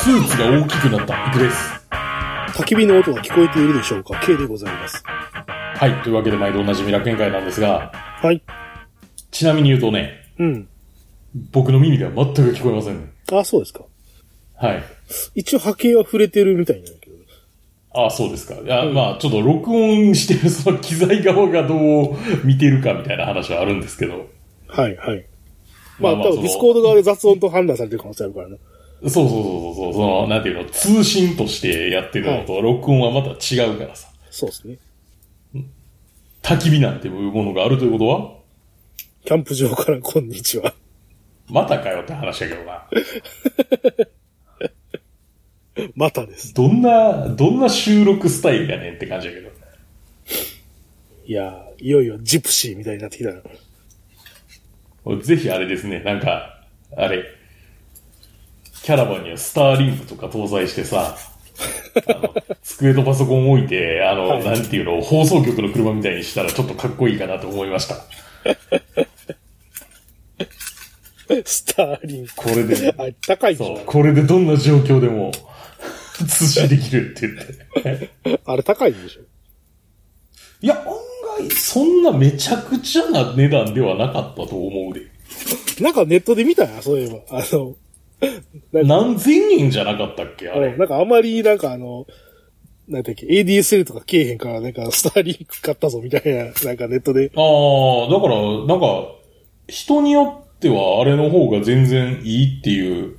スーツが大きくなったブレス。焚き火の音が聞こえているでしょうか ?K でございます。はい。というわけで、毎度おなじみ楽園会なんですが、はい。ちなみに言うとね、うん。僕の耳では全く聞こえませんね。あ、そうですか。はい。一応波形は触れてるみたいなんだけど。ああ、そうですか。いや、まあ、ちょっと録音してるその機材側がどう見てるかみたいな話はあるんですけど。はい、はい。まあ、多そ分のディスコード側で雑音と判断されてる可能性あるからね。そうそうそうそう、その、なんていうの、通信としてやってるのと、録音はまた違うからさ。そうですね。焚き火なんていうものがあるということは、キャンプ場からこんにち は。またかよって話だけどな。またです。どんな、どんな収録スタイルやねんって感じだけど。いやー、いよいよジプシーみたいになってきたな。ぜひあれですね、なんか、あれ、キャラバンにはスターリンクとか搭載してさ、あの机とパソコン置いて、あの、はいなんていうの、放送局の車みたいにしたらちょっとかっこいいかなと思いました。スターリンク。これで、あ、高いんじゃそなう、いこれでどんな状況でも、通信できるって言って。あれ高いんでしょいや、案外、そんなめちゃくちゃな値段ではなかったと思うで。なんかネットで見たよ、そういえば。あの、何千円じゃなかったっけあれ。なんかあまりなんかあの、なんだっけ、ADSL とかけえへんから、なんかスターリンク買ったぞみたいな、なんかネットで。ああ、だから、なんか、人によってはあれの方が全然いいっていう、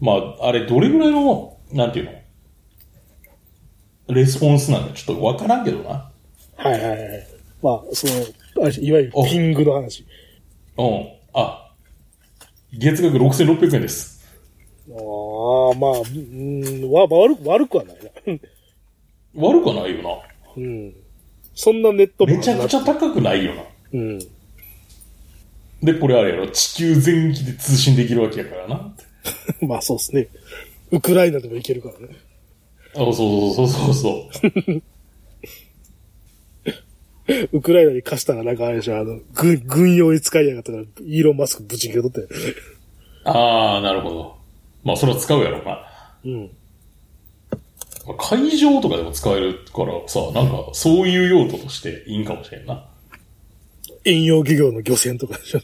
まあ、あれどれぐらいの、なんていうのレスポンスなんかちょっとわからんけどな。はいはいはい。まあ、その、あれいわゆるおピングの話。うん。あ、月額6600円です。ああ、まあ、うん、わ、悪く、悪くはないな。悪くはないよな。うん。そんなネットめちゃくちゃ高くないよな。うん。 で、これあれやろ、地球全域で通信できるわけやからな。まあそうですね。ウクライナでもいけるからね。あそうそうそうそうそう。ウクライナに貸したらなんかあれでしょ、あの、軍、軍用に使いやがったから、イーロンマスクぶち切れとったよね。ああ、なるほど。まあ、それは使うやろうな。うん。会場とかでも使えるからさ、なんか、そういう用途としていいんかもしれんな。遠洋漁業の漁船とかでしょ。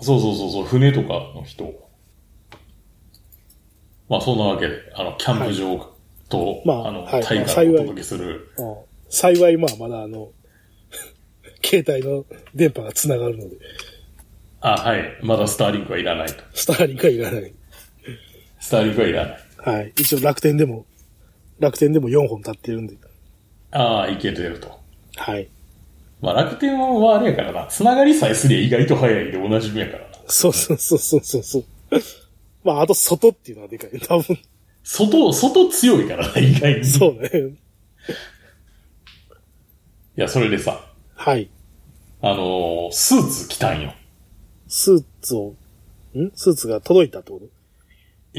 そうそうそうそう、船とかの人。まあ、そんなわけで、あの、キャンプ場と、まああの、はい大まあ河幸いをお届けする。幸い、まあ、まだあの、 携帯の電波が繋がるので、あ、はい。まだスターリンクはいらないと。スターリンクはいらない。スターリンクはいらない。はい。一応楽天でも、楽天でも4本立ってるんで。ああ、いけてると。はい。まあ、楽天はあれやからな。つながりさえすりゃ意外と早いでおなじみやからな。そうそうそうそうそうそう。まあ、あと外っていうのはでかい。多分、外、外強いからな、意外に。そうね。いや、それでさ、はい。あのースーツ着たんよ。スーツを、んスーツが届いたってこと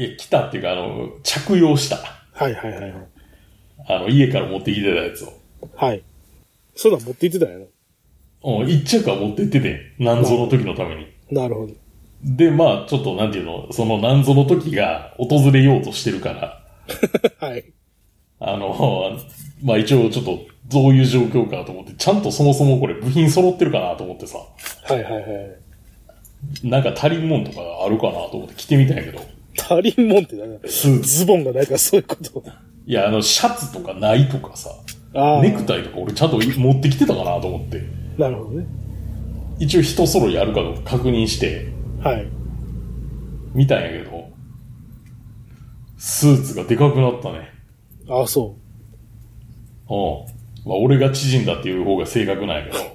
いや、来たっていうか、あの、着用した。はいはいはいはい。あの、家から持ってきてたやつを。はい。そういうのは持って行ってたようん、一着は持って行ってて、なんぞの時のために。な。なるほど。で、まあ、ちょっと、なんていうの、そのなんぞの時が訪れようとしてるから、はい。あの、 まあ一応ちょっと、どういう状況かと思って、ちゃんとそもそもこれ部品揃ってるかなと思ってさ、はいはいはい。なんか足りんもんとかあるかなと思って着てみたんやけど、足りんもんってなんか、スーツ。ズボンがないからそういうこと。いや、あの、シャツとかないとかさ、ああ。ネクタイとか俺ちゃんと持ってきてたかなと思って、なるほどね。一応人揃いあるかどうか確認して、はい。見たんやけど、スーツがでかくなったね。ああ、そうん。まあ、俺が縮んだっていう方が正確なんやけど。 う。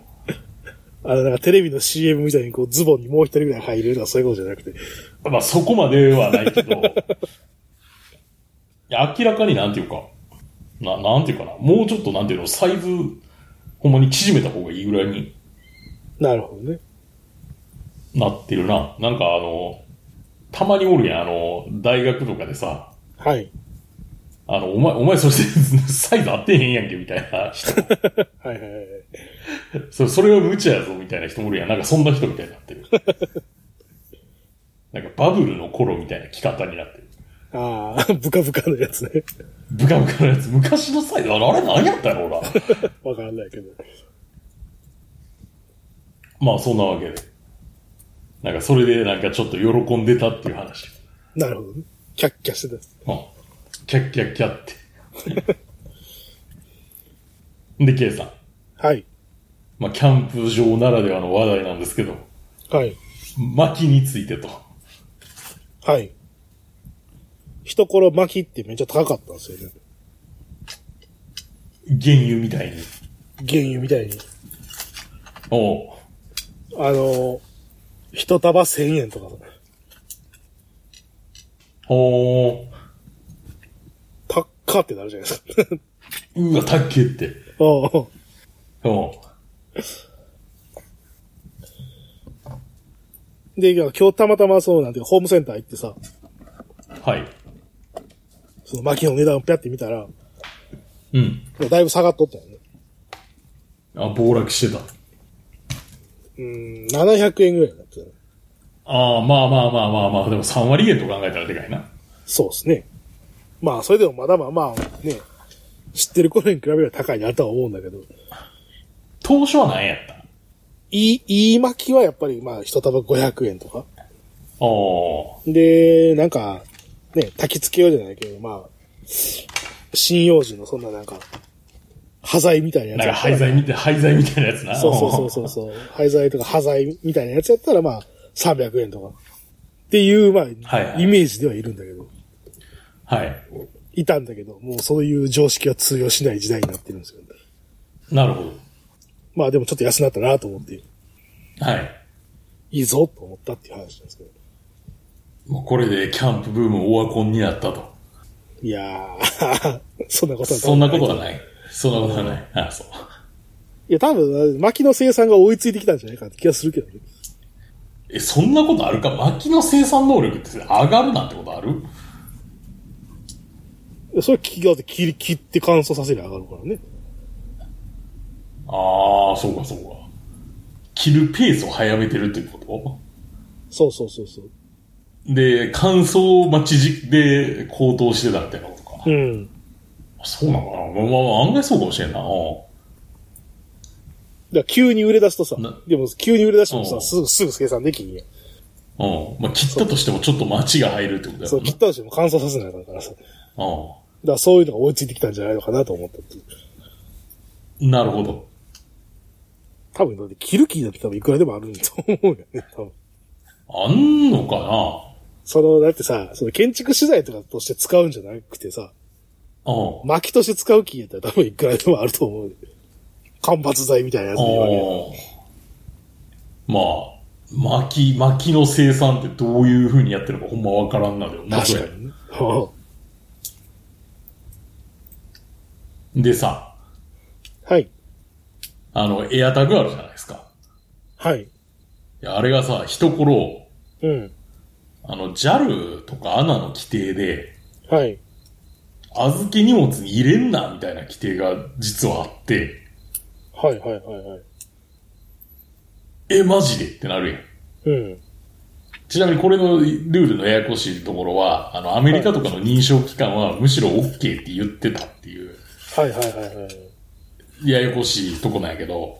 あの、なんかテレビの CM みたいにこうズボンにもう一人ぐらい入れるとかそういうことじゃなくて。まあ、そこまではないけど、いや明らかになんていうか、な、なんていうかな。もうちょっとなんていうの、サイズ、ほんまに縮めた方がいいぐらいになるほどね。なってるな。なんかあの、たまにおるやん、あの、大学とかでさ、はい。あの、お前、お前それ サイズ合ってへんやんけ、みたいな人。はいはいはい。それ、それは無茶やぞみたいな人もいるやん。なんかそんな人 みたいになってる。なんかバブルの頃みたいな着方になってる。ああ、 ブカブカのやつね。 ブカブカのやつ、昔のサイズ、あれあれ何やったのな。 わからないけど。まあそんなわけで。なんかそれでなんかちょっと喜んでたっていう話。なるほどね。キャッキャしてたやつ。うん。キャッキャッキャって。 で、K さん。はい。まあキャンプ場ならではの話題なんですけど、はい。薪についてと。はい。一頃巻きってめっちゃ高かったんですよね。原油みたいに。原油みたいに。おうあの、一束千円とか、おーパッカーってなるじゃないですか。 うわ、たっけって。おうおうおうで、今日たまたまそうなんていうかホームセンター行ってさ、はい。その薪の値段をぴゃって見たら、もうん。うだいぶ下がっとったよね。あ、暴落してた。うーん、700円ぐらいになってたね。ああ、まあまあまあまあまあ、でも3割減と考えたらでかいな。そうですね。まあ、それでもまだまあまあね、知ってる頃に比べれば高いなとは思うんだけど、当初は何やったいい、いい薪はやっぱりまあ、一束500円とか。おーで、なんか、ね、焚き付けようじゃないけど、まあ、針葉樹のそんななんか、端材みたいなやつなんやかったら廃材みたい、廃材みたいなやつな。そうそうそうそうそう。廃材とか端材みたいなやつやったら、まあ、300円とか。っていう、まあ、はいはいイメージではいるんだけど、 はい。いたんだけど、もうそういう常識は通用しない時代になってるんですよ、ね。なるほど。まあでもちょっと安くなったなと思って、いはい。いぞと思ったっていう話なんですけど。もうこれでキャンプブームオワコンになったと。いやー、 そんなことはそんなことだはない。そんなことはない。あそう。いや、多分、薪の生産が追いついてきたんじゃないかって気がするけどね。え、そんなことあるか薪の生産能力って上がるなんてことあるそれ切り、だって切り、切って乾燥させりゃ上がるからね。ああ、そうかそうか。切るペースを早めてるっていうこそうそうそうそう。とで、乾燥待ちじで高騰してたみたいなことか。うん。そうなのかなまあまあ、案外そうかもしれんな。うだから急に売れ出すとさな、でも急に売れ出してもうさ、んすぐ、すぐ生産できんやん。ん。うん。まあ、切ったとしてもちょっと待ちが入るってことだそよう、切ったとしても乾燥させないからさ。だかな。らそういうのが追いついてきたんじゃないのかなと思ったっていう。うん。なるほど。多分、だって切る気だって多分いくらでもあると思うよね、多分。あんのかなその、だってさ、その建築資材とかとして使うんじゃなくてさ、うん。薪として使う木やったら多分いくらでもあると思うよ。間伐材みたいなやつで言われるおーまあ、薪、薪の生産ってどういう風にやってるかほんまわからんなでもな。確かにね。はでさ、あはい。あの、エアタグあるじゃないですか。はい。いや、あれがさ、一頃、うん。あの、JAL とか ANA の規定で、はい。預け荷物に入れんな、みたいな規定が実はあって、はいはいはいはい。え、マジでってなるやん。うん。ちなみにこれのルールのややこしいところは、あの、アメリカとかの認証機関はむしろ OK って言ってたっていう、はいはいはいはい。ややこしいとこなんやけど、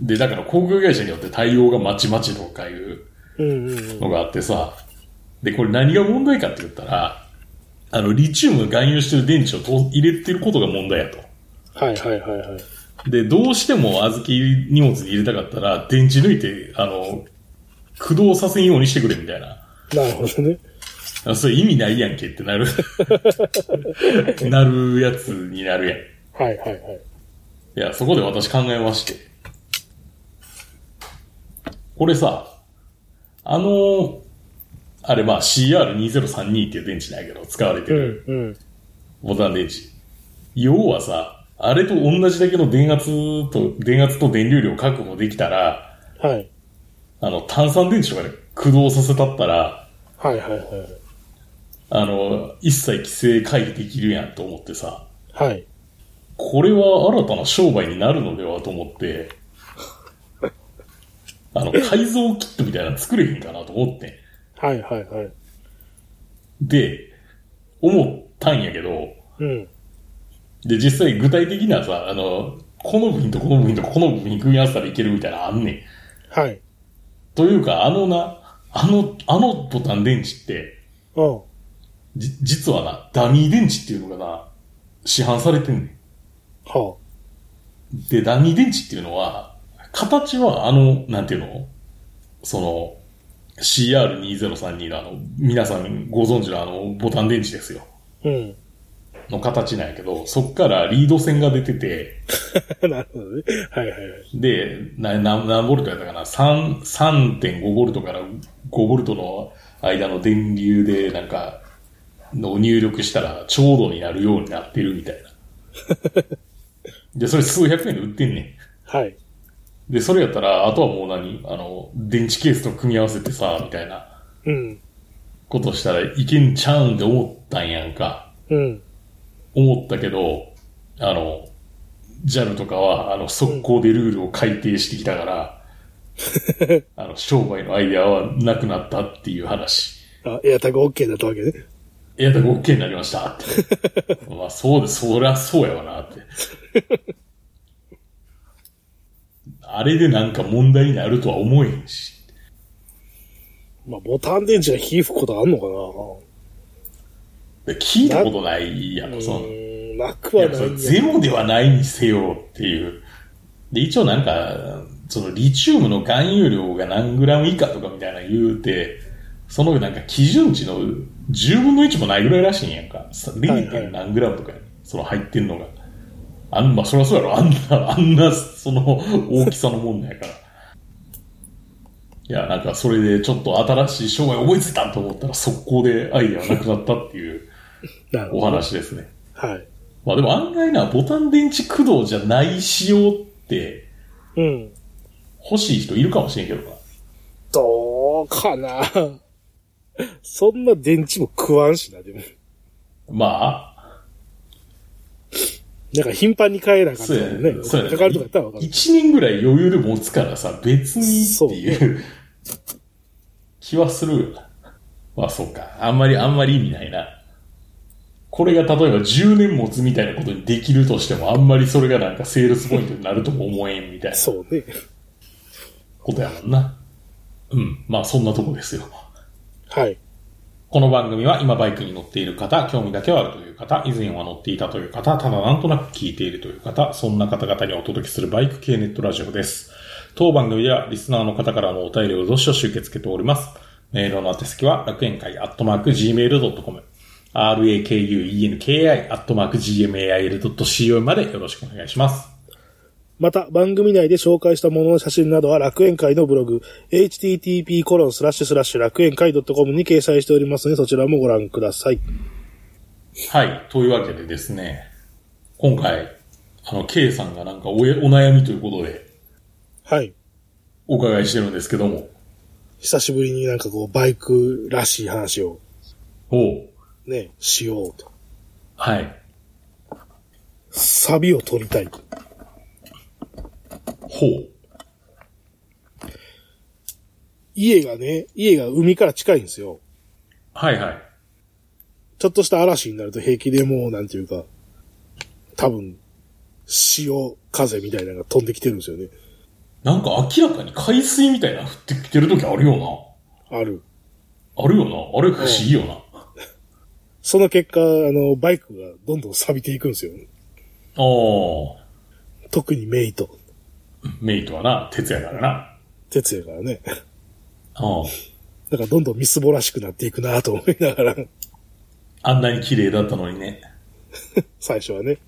で、だから航空会社によって対応がまちまちとかいううんうんうん。のがあってさ、で、これ何が問題かって言ったら、あの、リチウムが含有してる電池をと入れてることが問題やと。はいはいはいはい。で、どうしても預け荷物に入れたかったら、電池抜いて、あの、駆動させんようにしてくれみたいな。なるほどね。あそれ意味ないやんけってなる。なるやつになるやん。いはいはいはい。や、そこで私考えまして。これさ、あのーあれまあ CR2032 っていう電池なんやけど、使われてうるんうん。ボタン電池。要はさ、あれと同じだけの電圧と、電圧と電流量確保できたら、はい。あの、炭酸電池とかで駆動させたったら、はいはいはい。あの、一切規制回避できるやんと思ってさ。はい。これは新たな商売になるのではと思って、 あの、改造キットみたいなの作れへんかなと思ってん。はいはいはい。で、思ったんやけど、うん。で、実際具体的なさ、あの、この部品とこの部品とこの部品組み合わせたらいけるみたいなのあんねん。はい。というか、あのな、あの、あのボタン電池って、うん。じ、実はな、ダミー電池っていうのがな、市販されてんねはん。で、ダミー電池っていうのは、形はあの、なんていうのその、CR2032 のあの、皆さんご存知のあの、ボタン電池ですよ。あ。うん。 の形なんやけど、そっからリード線が出てて、なるほどね。はいはいはい。で、な何何ボルトやったかな ?3、3.5ボルトから5ボルトの間の電流で、なんか、の入力したらちょうどになるようになってるみたいな。で、それ数百円で売ってんねはい。ん。で、それやったら、あとはもう何あの、電池ケースと組み合わせてさ、みたいなうん。ことしたらいけんちゃうんって思ったんやんか。うん。思ったけど、あの、JAL とかは、あの、速攻でルールを改定してきたから、あの、商売のアイデアはなくなったっていう話。あ、エアタグ OK だったわけね。エアタグ OK になりましたって。まあ、そうです。そりゃそうやわなって。あれでなんか問題になるとは思えへんし。まあ、ボタン電池が火吹くことあんのかで聞いたことないや、なうんそんな。ーん、なくいはや、なそれいゼや。ロではないにせよっていう。で、一応なんか、そのリチウムの含有量が何グラム以下とかみたいな言うて、そのなんか基準値の10分の1もないぐらいらしいんやんか。さはい 0. 点何グラムとかやその入ってんのが。あんまあ、そりゃそうやろ。あんな、あんな、その大きさのもんなんやから。いや、なんかそれでちょっと新しい商売思いついたと思ったら速攻でアイデアがなくなったっていうなるほおど。話ですね。はい。まあでも案外な、ボタン電池駆動じゃない仕様ってうん。欲しい人いるかもしれんけどな。どうかな そんな電池も食わんしな、でも。まあ、なんか頻繁に変えなあかったそうやらね。ね。そうやね。かかるとかやったらわかる。 1年ぐらい余裕で持つからさ、別にっていう気はするよな。まあそうか。あんまり、あんまり意味ないな。これが例えば10年持つみたいなことにできるとしても、あんまりそれがなんかセールスポイントになるとも思えんみたいなそうね。ことやもんな。うん。まあそんなとこですよ。はい。この番組は今バイクに乗っている方、興味だけはあるという方、以前は乗っていたという方、ただなんとなく聞いているという方、そんな方々にお届けするバイク系ネットラジオです。当番組ではリスナーの方からのお便りをどしどし受け付けております。メールの宛先は楽園会アットマーク gmail.com rakuenki アットマーク gmail.co までよろしくお願いします。また、番組内で紹介したものの写真などは楽園会のブログ、http コロンスラッシュスラッシュ楽園会 .com に掲載しておりますので、そちらもご覧ください。はい。というわけでですね、今回、あの、K さんがなんかおお悩みということではい。お伺いしてるんですけども、久しぶりになんかこう、バイクらしい話をおうね、しようと。はい。サビを取りたい。ほう。家がね、家が海から近いんですよ。はいはい。ちょっとした嵐になると平気でもう、なんていうか、多分、潮風みたいなのが飛んできてるんですよね。なんか明らかに海水みたいなの降ってきてる時あるよある。な。あるよな。あれ不思議よな。あその結果、あの、バイクがどんどん錆びていくんですよ。あ特にメイト。ー、メイトはな、徹夜からな。あ徹夜からね。あ。だからどんどんみすぼらしくなっていくなと思いながら、あんなに綺麗だったのにね。最初はね。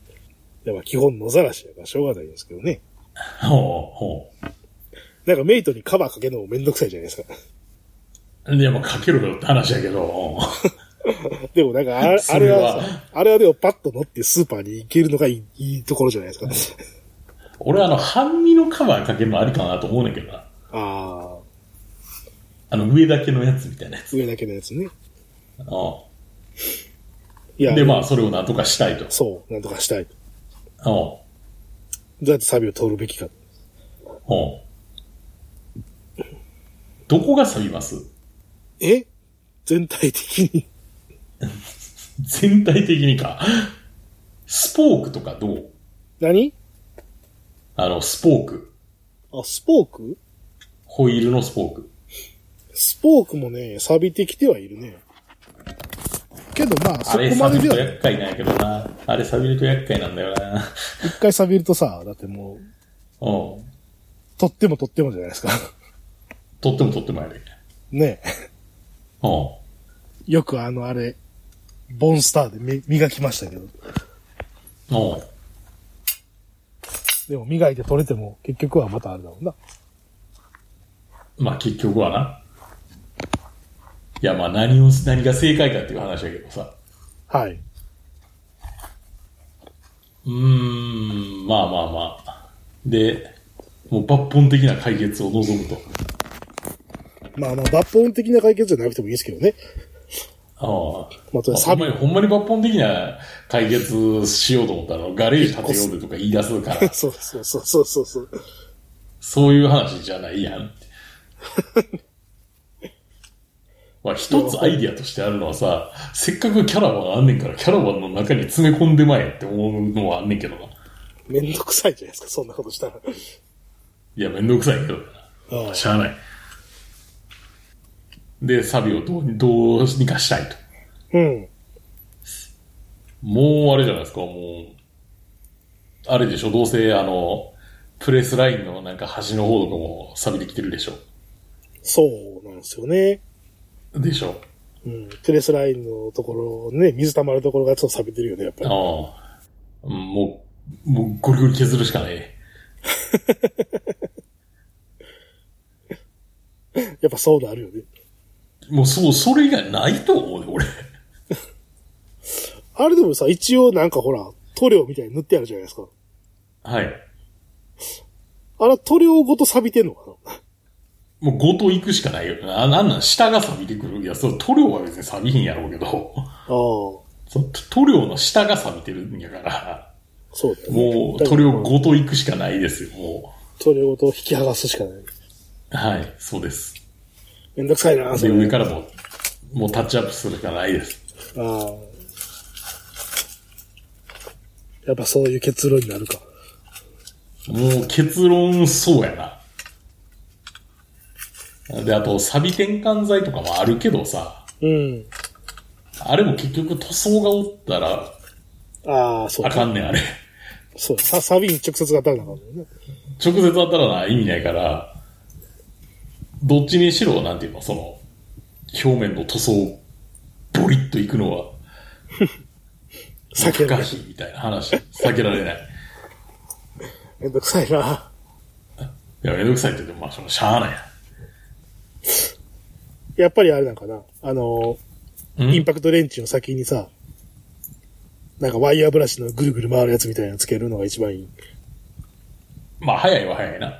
でまあ基本野ざらしやからしょうがないんですけどね。ほうほなんかメイトにカバーかけるのもめんどくさいじゃないですか。 う。でもかけるかって話やけど。でもなんかあれ、あ それれははさ、あれはでもパッと乗ってスーパーに行けるのがいいいいところじゃないですか。 俺はあの、半身のカバーかけるのありかなと思うねんけどな。ああ、あの、上だけのやつみたいなやつ。上だけのやつね。ういや、ん。で、まあ、それをなんとかしたいと。そう、なんとかしたい。どうん。うやってサビを取るべきか。うん。どこが錆びますえ全体的に。全体的にか。スポークとかどう 何あの、スポーク。あ、スポークホイールのスポーク。スポークもね、錆びてきてはいるね。けどまあ、あそこれま錆でびるとでは、厄介なんやけどな。あれ錆びると厄介なんだよな。一回錆びるとさ、だってもう、うん。取っても取ってもじゃないですか。 取っても取ってもやる。ねうん。よくあの、あれ、ボンスターでみ磨きましたけど。うん。でも磨いて取れても、結局はまたあれだもんな。まあ結局はな。いやまあ何を、何が正解かっていう話やけどさ。はい。うーん、まあまあまあ。で、もう抜本的な解決を望むと。まあまあ、抜本的な解決じゃなくてもいいですけどね。ああ。まあ、そまあれほサんビまに、ほんまに抜本的な解決しようと思ったら、ガレージ建てようでとか言い出すから、 そうそうそうそうそうそう。そういう話じゃないやんって。 まあ、一つアイディアとしてあるのはさ、せっかくキャラバンあんねんから、キャラバンの中に詰め込んでまえって思うのはあんねんけどな。めんどくさいじゃないですか、そんなことしたら。いや、めんどくさいけどあな。あしゃあない。で、サビをどうどうにかしたいと。うん。もうあれじゃないですか、もう、あれでしょ、どうせ、あの、プレスラインのなんか端の方とかも錆びてきてるでしょ。そうなんですよね。でしょ。うん。プレスラインのところ、ね、水溜まるところがちょっと錆びてるよね、やっぱり。ああ。うんもう、もうゴリゴリ削るしかない。やっぱそうなるよね。もうそう、それ以外ないと思うよ、俺。あれでもさ、一応なんかほら、塗料みたいに塗ってあるじゃないですか。はい。あれ塗料ごと錆びてんのかなもうごと行くしかないよ。ああんなん下が錆びてくる。いや、そう、塗料は別に錆びひんやろうけど、ああ。そそう塗料の下が錆びてるんやから、うだよね。もう塗料ごと行くしかないですよ、も塗料ごと引き剥がすしかない。う。はい、そうです。めんどくさいな、そで、れ。上からも、もうタッチアップするしかないです。ああ。やっぱそういう結論になるか。もう結論、そうやな。で、あと、サビ転換剤とかもあるけどさ、うん。あれも結局塗装がおったら、ああ、そうあか。かんねん、あれ。そう。さ、サビに直接当たるのかもね。直接当たらない意味ないから、どっちにしろ、なんていうの、その、表面の塗装、ボリッといくのは、避け難られる。しいみたいな話、避けられない。めんどくさいな。いや、めんどくさいって言っても、まあ、その、しゃあないや。やっぱりあれなんかな。あのうー、インん、パクトレンチの先にさ、なんかワイヤーブラシのぐるぐる回るやつみたいなのつけるのが一番いい。まあ、早いは早いな。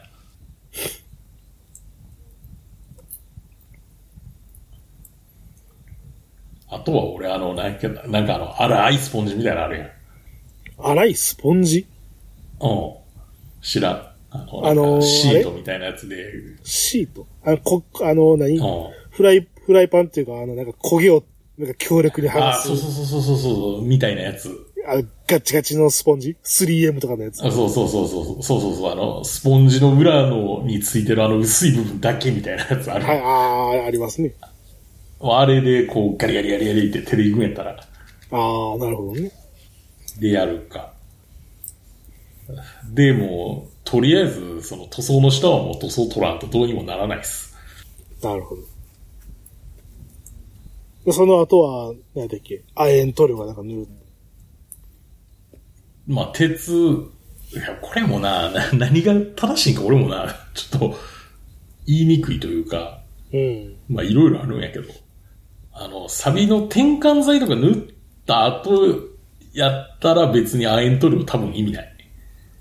あとは俺、あの、なんか、なんかあの、あら、アイスポンジみたいなのあるやん。粗いスポンジうん。知らん。あの、あのーなんかシートみたいなやつで、シートあの、こ、あの、何うん。フライ、フライパンっていうか、あの、なんか焦げを、なんか強力に剥あがあ、すそう。そうそうそうそうそう、みたいなやつ。あのガチガチのスポンジ ?3M とかのやつ。あそうそうそうそう、そうそうそう、あの、スポンジの裏のについてるあの薄い部分だけみたいなやつある。はい、ああ、ありますね。あれで、こう、ガリガリガリガリって手でいくんやったら、ああ、なるほどね。でやるか。でも、とりあえず、その塗装の下はもう塗装取らんとどうにもならないっす。なるほど。で、その後は、何だっけ、亜鉛塗料がなんか塗る。まあ、鉄、いや、これもな、な何が正しいんか俺もな、ちょっと、言いにくいというか、うん。まあいろいろあるんやけど、あの、サビの転換剤とか塗った後、やったら別に亜鉛塗料多分意味ない。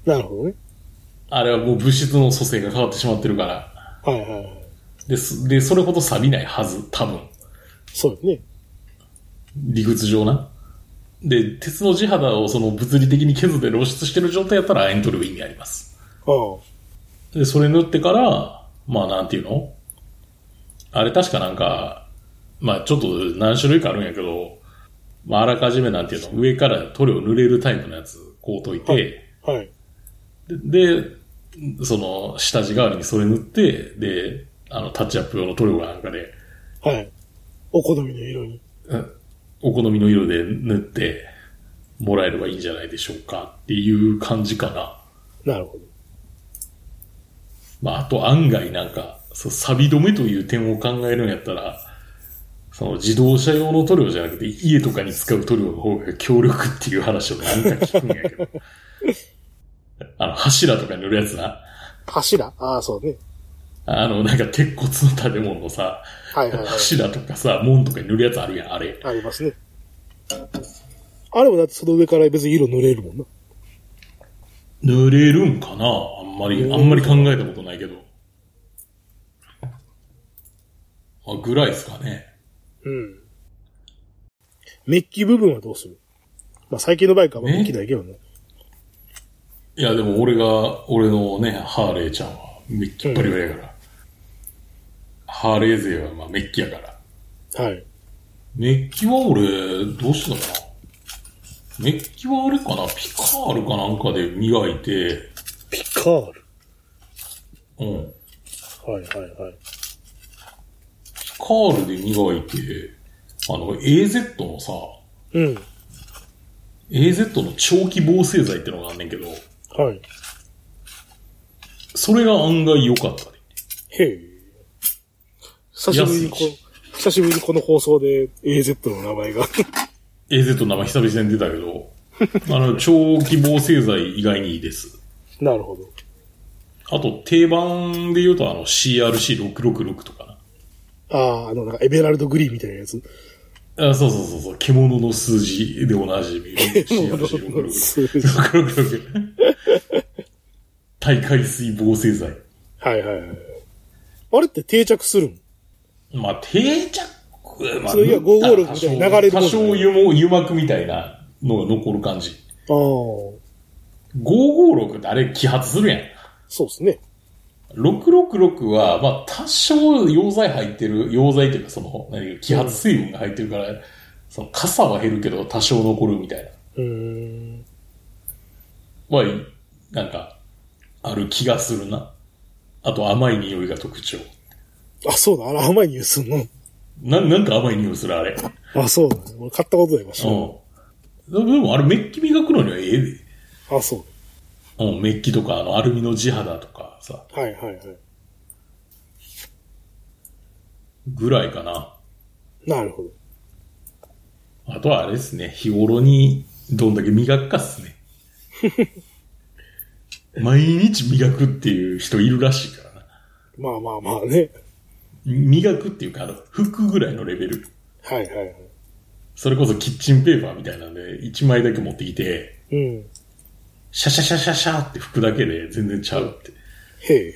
なるほどね。あれはもう物質の組成が変わってしまってるから。はいはいはい。で、そでそれほど錆びないはず、多分。そうよね。理屈上な。で、鉄の地肌をその物理的に削って露出してる状態やったら亜鉛塗料意味あります。ああ。で、それ塗ってから、まあなんていうのあれ確かなんか、まあちょっと何種類かあるんやけど、まあ、あらかじめなんていうの、上から塗料塗れるタイプのやつ、こうといて、はい。で、でその、下地代わりにそれ塗って、で、あの、タッチアップ用の塗料なんかで、はい。お好みの色に。うんお好みの色で塗ってもらえればいいんじゃないでしょうかっていう感じかな。なるほど。まあ、あと案外なんか、そう、錆止めという点を考えるんやったら、その自動車用の塗料じゃなくて家とかに使う塗料の方が強力っていう話をなんか聞くんやけど。 あの、柱とかに塗るやつな。柱ああ、そうね。あの、なんか鉄骨の建物のさ、はいはいはい。柱とかさ、門とかに塗るやつあるやん、あれ。ありますね。あれもだってその上から別に色塗れるもんな。塗れるんかなあんまり、あんまり考えたことないけど。あ、ぐらいですかね。うん。メッキ部分はどうするまあ最近のバイクはまあメッキだけどね。いや、でも俺が、俺のね、ハーレーちゃんはメッキっぷりやから。ハーレー勢はまあメッキやから。はい。メッキは俺、どうしたかなメッキはあれかなピカールかなんかで磨いて、ピカール。うん。はいはいはい。ピカールで磨いて、あの、AZ のさ、うん。 AZ の長期防成剤ってのがあんねんけど、はい。それが案外良かったね。へえ。久しぶりにこ安い、久しぶりにこの放送で AZ の名前が。 AZ の名前久々に出たけど、あの、超希望製剤以外にいいです。 なるほど。あと、定番で言うと、あの、CRC666 とかああ、あの、なんかエメラルドグリーンみたいなやつ。な。あそうそうそうそう、獣の数字でおなじみ。CRC666。666大海水防製剤。はいはいはい。あれって定着するんまあ、定着、まあ、それいや556みたいに流れるも多んね少油も油膜みたいなのが残る感じ。ああ、 556ってあれ揮発するやん。そうですね。 666は、まあ、多少溶剤入ってる、溶剤というか、その、何揮発水分が入ってるから、その、傘は減るけど、多少残るみたいな。うーん。は、いなんか、ある気がするな。あと、甘い匂いが特徴。あ、そうだ、あれ甘い匂いすんの。な、なんか甘い匂いする、あれ。うあ、そうだね。俺買ったことないわ、しん。でも、あれ、メッキ磨くのにはええで。あ、そう。うん、メッキとか、あの、アルミの地肌とかさ、はいはいはい。ぐらいかな。なるほど。あとはあれですね、日頃にどんだけ磨くかっすね。毎日磨くっていう人いるらしいからな。まあまあまあね。磨くっていうか、あの、服ぐらいのレベル。はいはいはい。それこそキッチンペーパーみたいなんで、1枚だけ持ってきて、うん。シャシャシャシャシャって拭くだけで全然ちゃうって。へえ。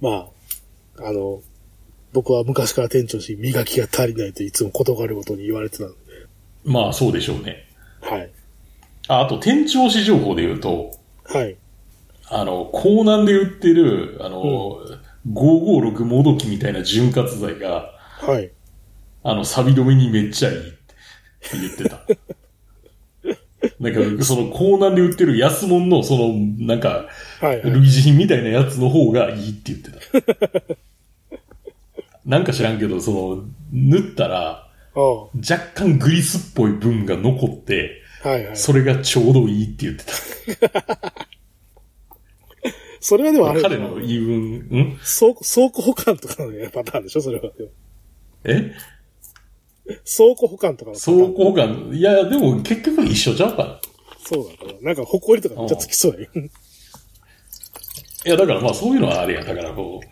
まあ、あの、僕は昔から店長し、磨きが足りないといつも断るごとに言われてたので。まあそうでしょうね。はい。あ、あと店長市情報で言うと、はい。あの、港南で売ってる、あの、556もどきみたいな潤滑剤が、はい。あの、サビ止めにめっちゃいいって言ってた。 なんか、その、港南で売ってる安物の、その、なんか、はい、はい。類似品みたいなやつの方がいいって言ってた。 なんか知らんけど、その、塗ったら、ああ。は若干グリスっぽい分が残って、いはい。そそれがちょうどいいって言ってた。れはで もあれ彼の言い分、ん倉庫、倉庫保管とかのねパターンでしょそれは。え倉庫保管とかのパター走ン。行感、いや、でも結局一緒ちゃうかな。そうだから。なんか、埃とかめっちゃつきそうやね。いや、だからまあそういうのはあれや。だからこう、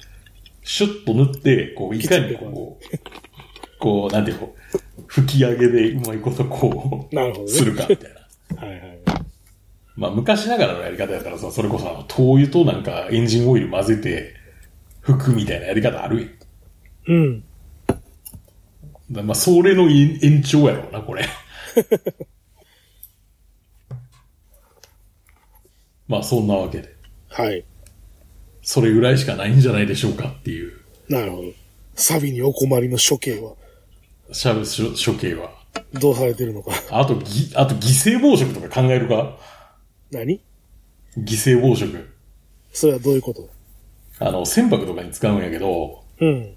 シュッと塗って、こう、いかにこう、こう、なんていうの、吹き上げでうまいことこなるほどう、ね。するかみたいな。はいはい。まあ昔ながらのやり方やったらさ、それこそあの灯油となんかエンジンオイル混ぜて、拭くみたいなやり方あるやん。だかうん。らまあそれの延延長やろうな、これ。 まあそんなわけで。はい。それぐらいしかないんじゃないでしょうかっていう、なるほど。サビにお困りの処刑は。シャブ処処刑は。どうされてるのか。あと、ぎ、あと、犠牲暴食とか考えるか何犠牲暴食。それはどういうことあの、船舶とかに使うんやけど、うん。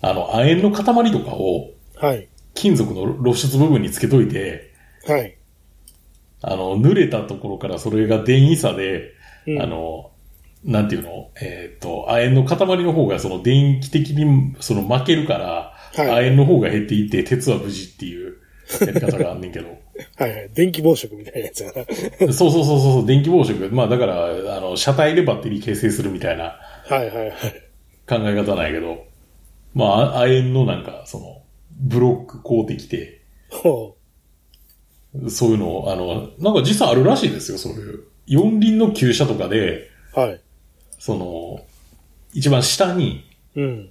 あの、亜鉛の塊とかをはい。金属の露出部分につけといて、はい。あの、濡れたところからそれが電位差で、うんあの、なんていうのえーっ、と、亜鉛の塊の方がその電気的にその負けるから、はい亜鉛の方が減っていって、鉄は無事っていうやり方があんねんけ ど。はいはい。電気暴食みたいなや つが。そうそうそうそうそう、電気防食。まあだから、あの、車体でバッテリー形成するみたいなはいはいはい。考え方なんやけど、まあ、あ亜鉛のなんか、その、ブロック買うてきて、ほそういうのを、あの、なんか実際あるらしいですよ、そういう。四輪の旧車とかで、う。はい。その、一番下に、うん。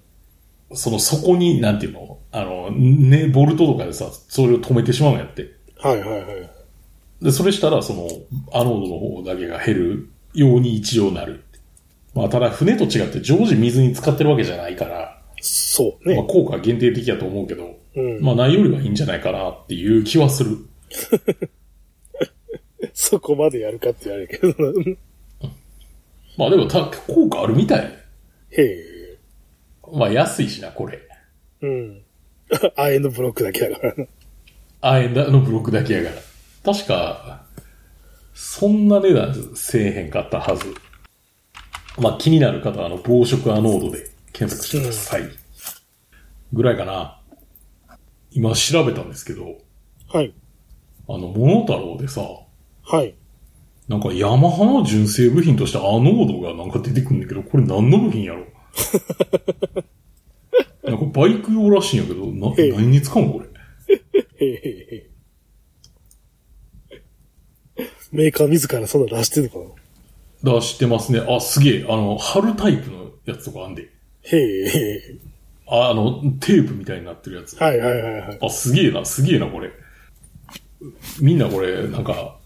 その底に、なんていうのあの、ね、ボルトとかでさ、それを止めてしまうんやって。はいはいはい。で、それしたら、その、アノードの方だけが減るように一応なる。まあ、ただ船と違って常時水に使ってるわけじゃないから、そうまあ、ね。効果は限定的やと思うけど、うん。まあ、ないよりはいいんじゃないかなっていう気はする。そこまでやるかって言われるけど な。まあ、でも、た、効果あるみたい。へえ。まあ、安いしな、これ。うん。 あえのブロックだけだからな。あえだのブロックだけやから。確か、そんな値段せえへんかったはず。まあ、気になる方は、あの、暴食アノードで検索してください。ぐらいかな。今調べたんですけど、はい。あの、モノタロウでさ、はい。なんかヤマハの純正部品としてアノードがなんか出てくるんだけど、これ何の部品や ろなんかバイク用らしいんやけど、な、ええ何に使うんこれ。へえへえへえ。メーカー自らそんなの出してんのかな出してますね。あ、すげえ。あの、貼るタイプのやつとかあんで。へえへえ。ああの、テープみたいになってるやつ。はいはいはいはい。あ、すげえな、すげえな、これ。みんなこれ、なんか、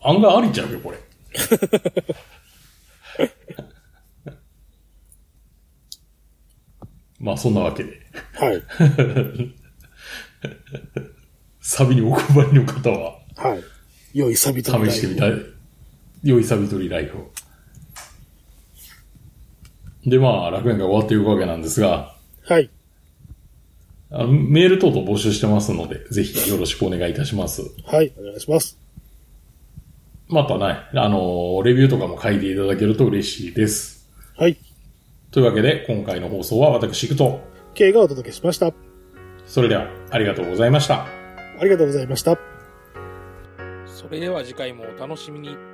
案外ありちゃうよ、これ。 まあ、そんなわけで。はい。サビにお配りの方は、はい。良いサビと試してみたい。良いサビ取りライフを。で、まあ、楽園が終わっていくわけなんですが、はい。あのメール等々募集してますので、ぜひよろしくお願いいたします。はい。お願いします。またね、あのーレビューとかも書いていただけると嬉しいです。はい。というわけで、今回の放送は私行くと、 K がお届けしました。あそれではありがとうございました。りがとうございました。それでは次回もお楽しみに。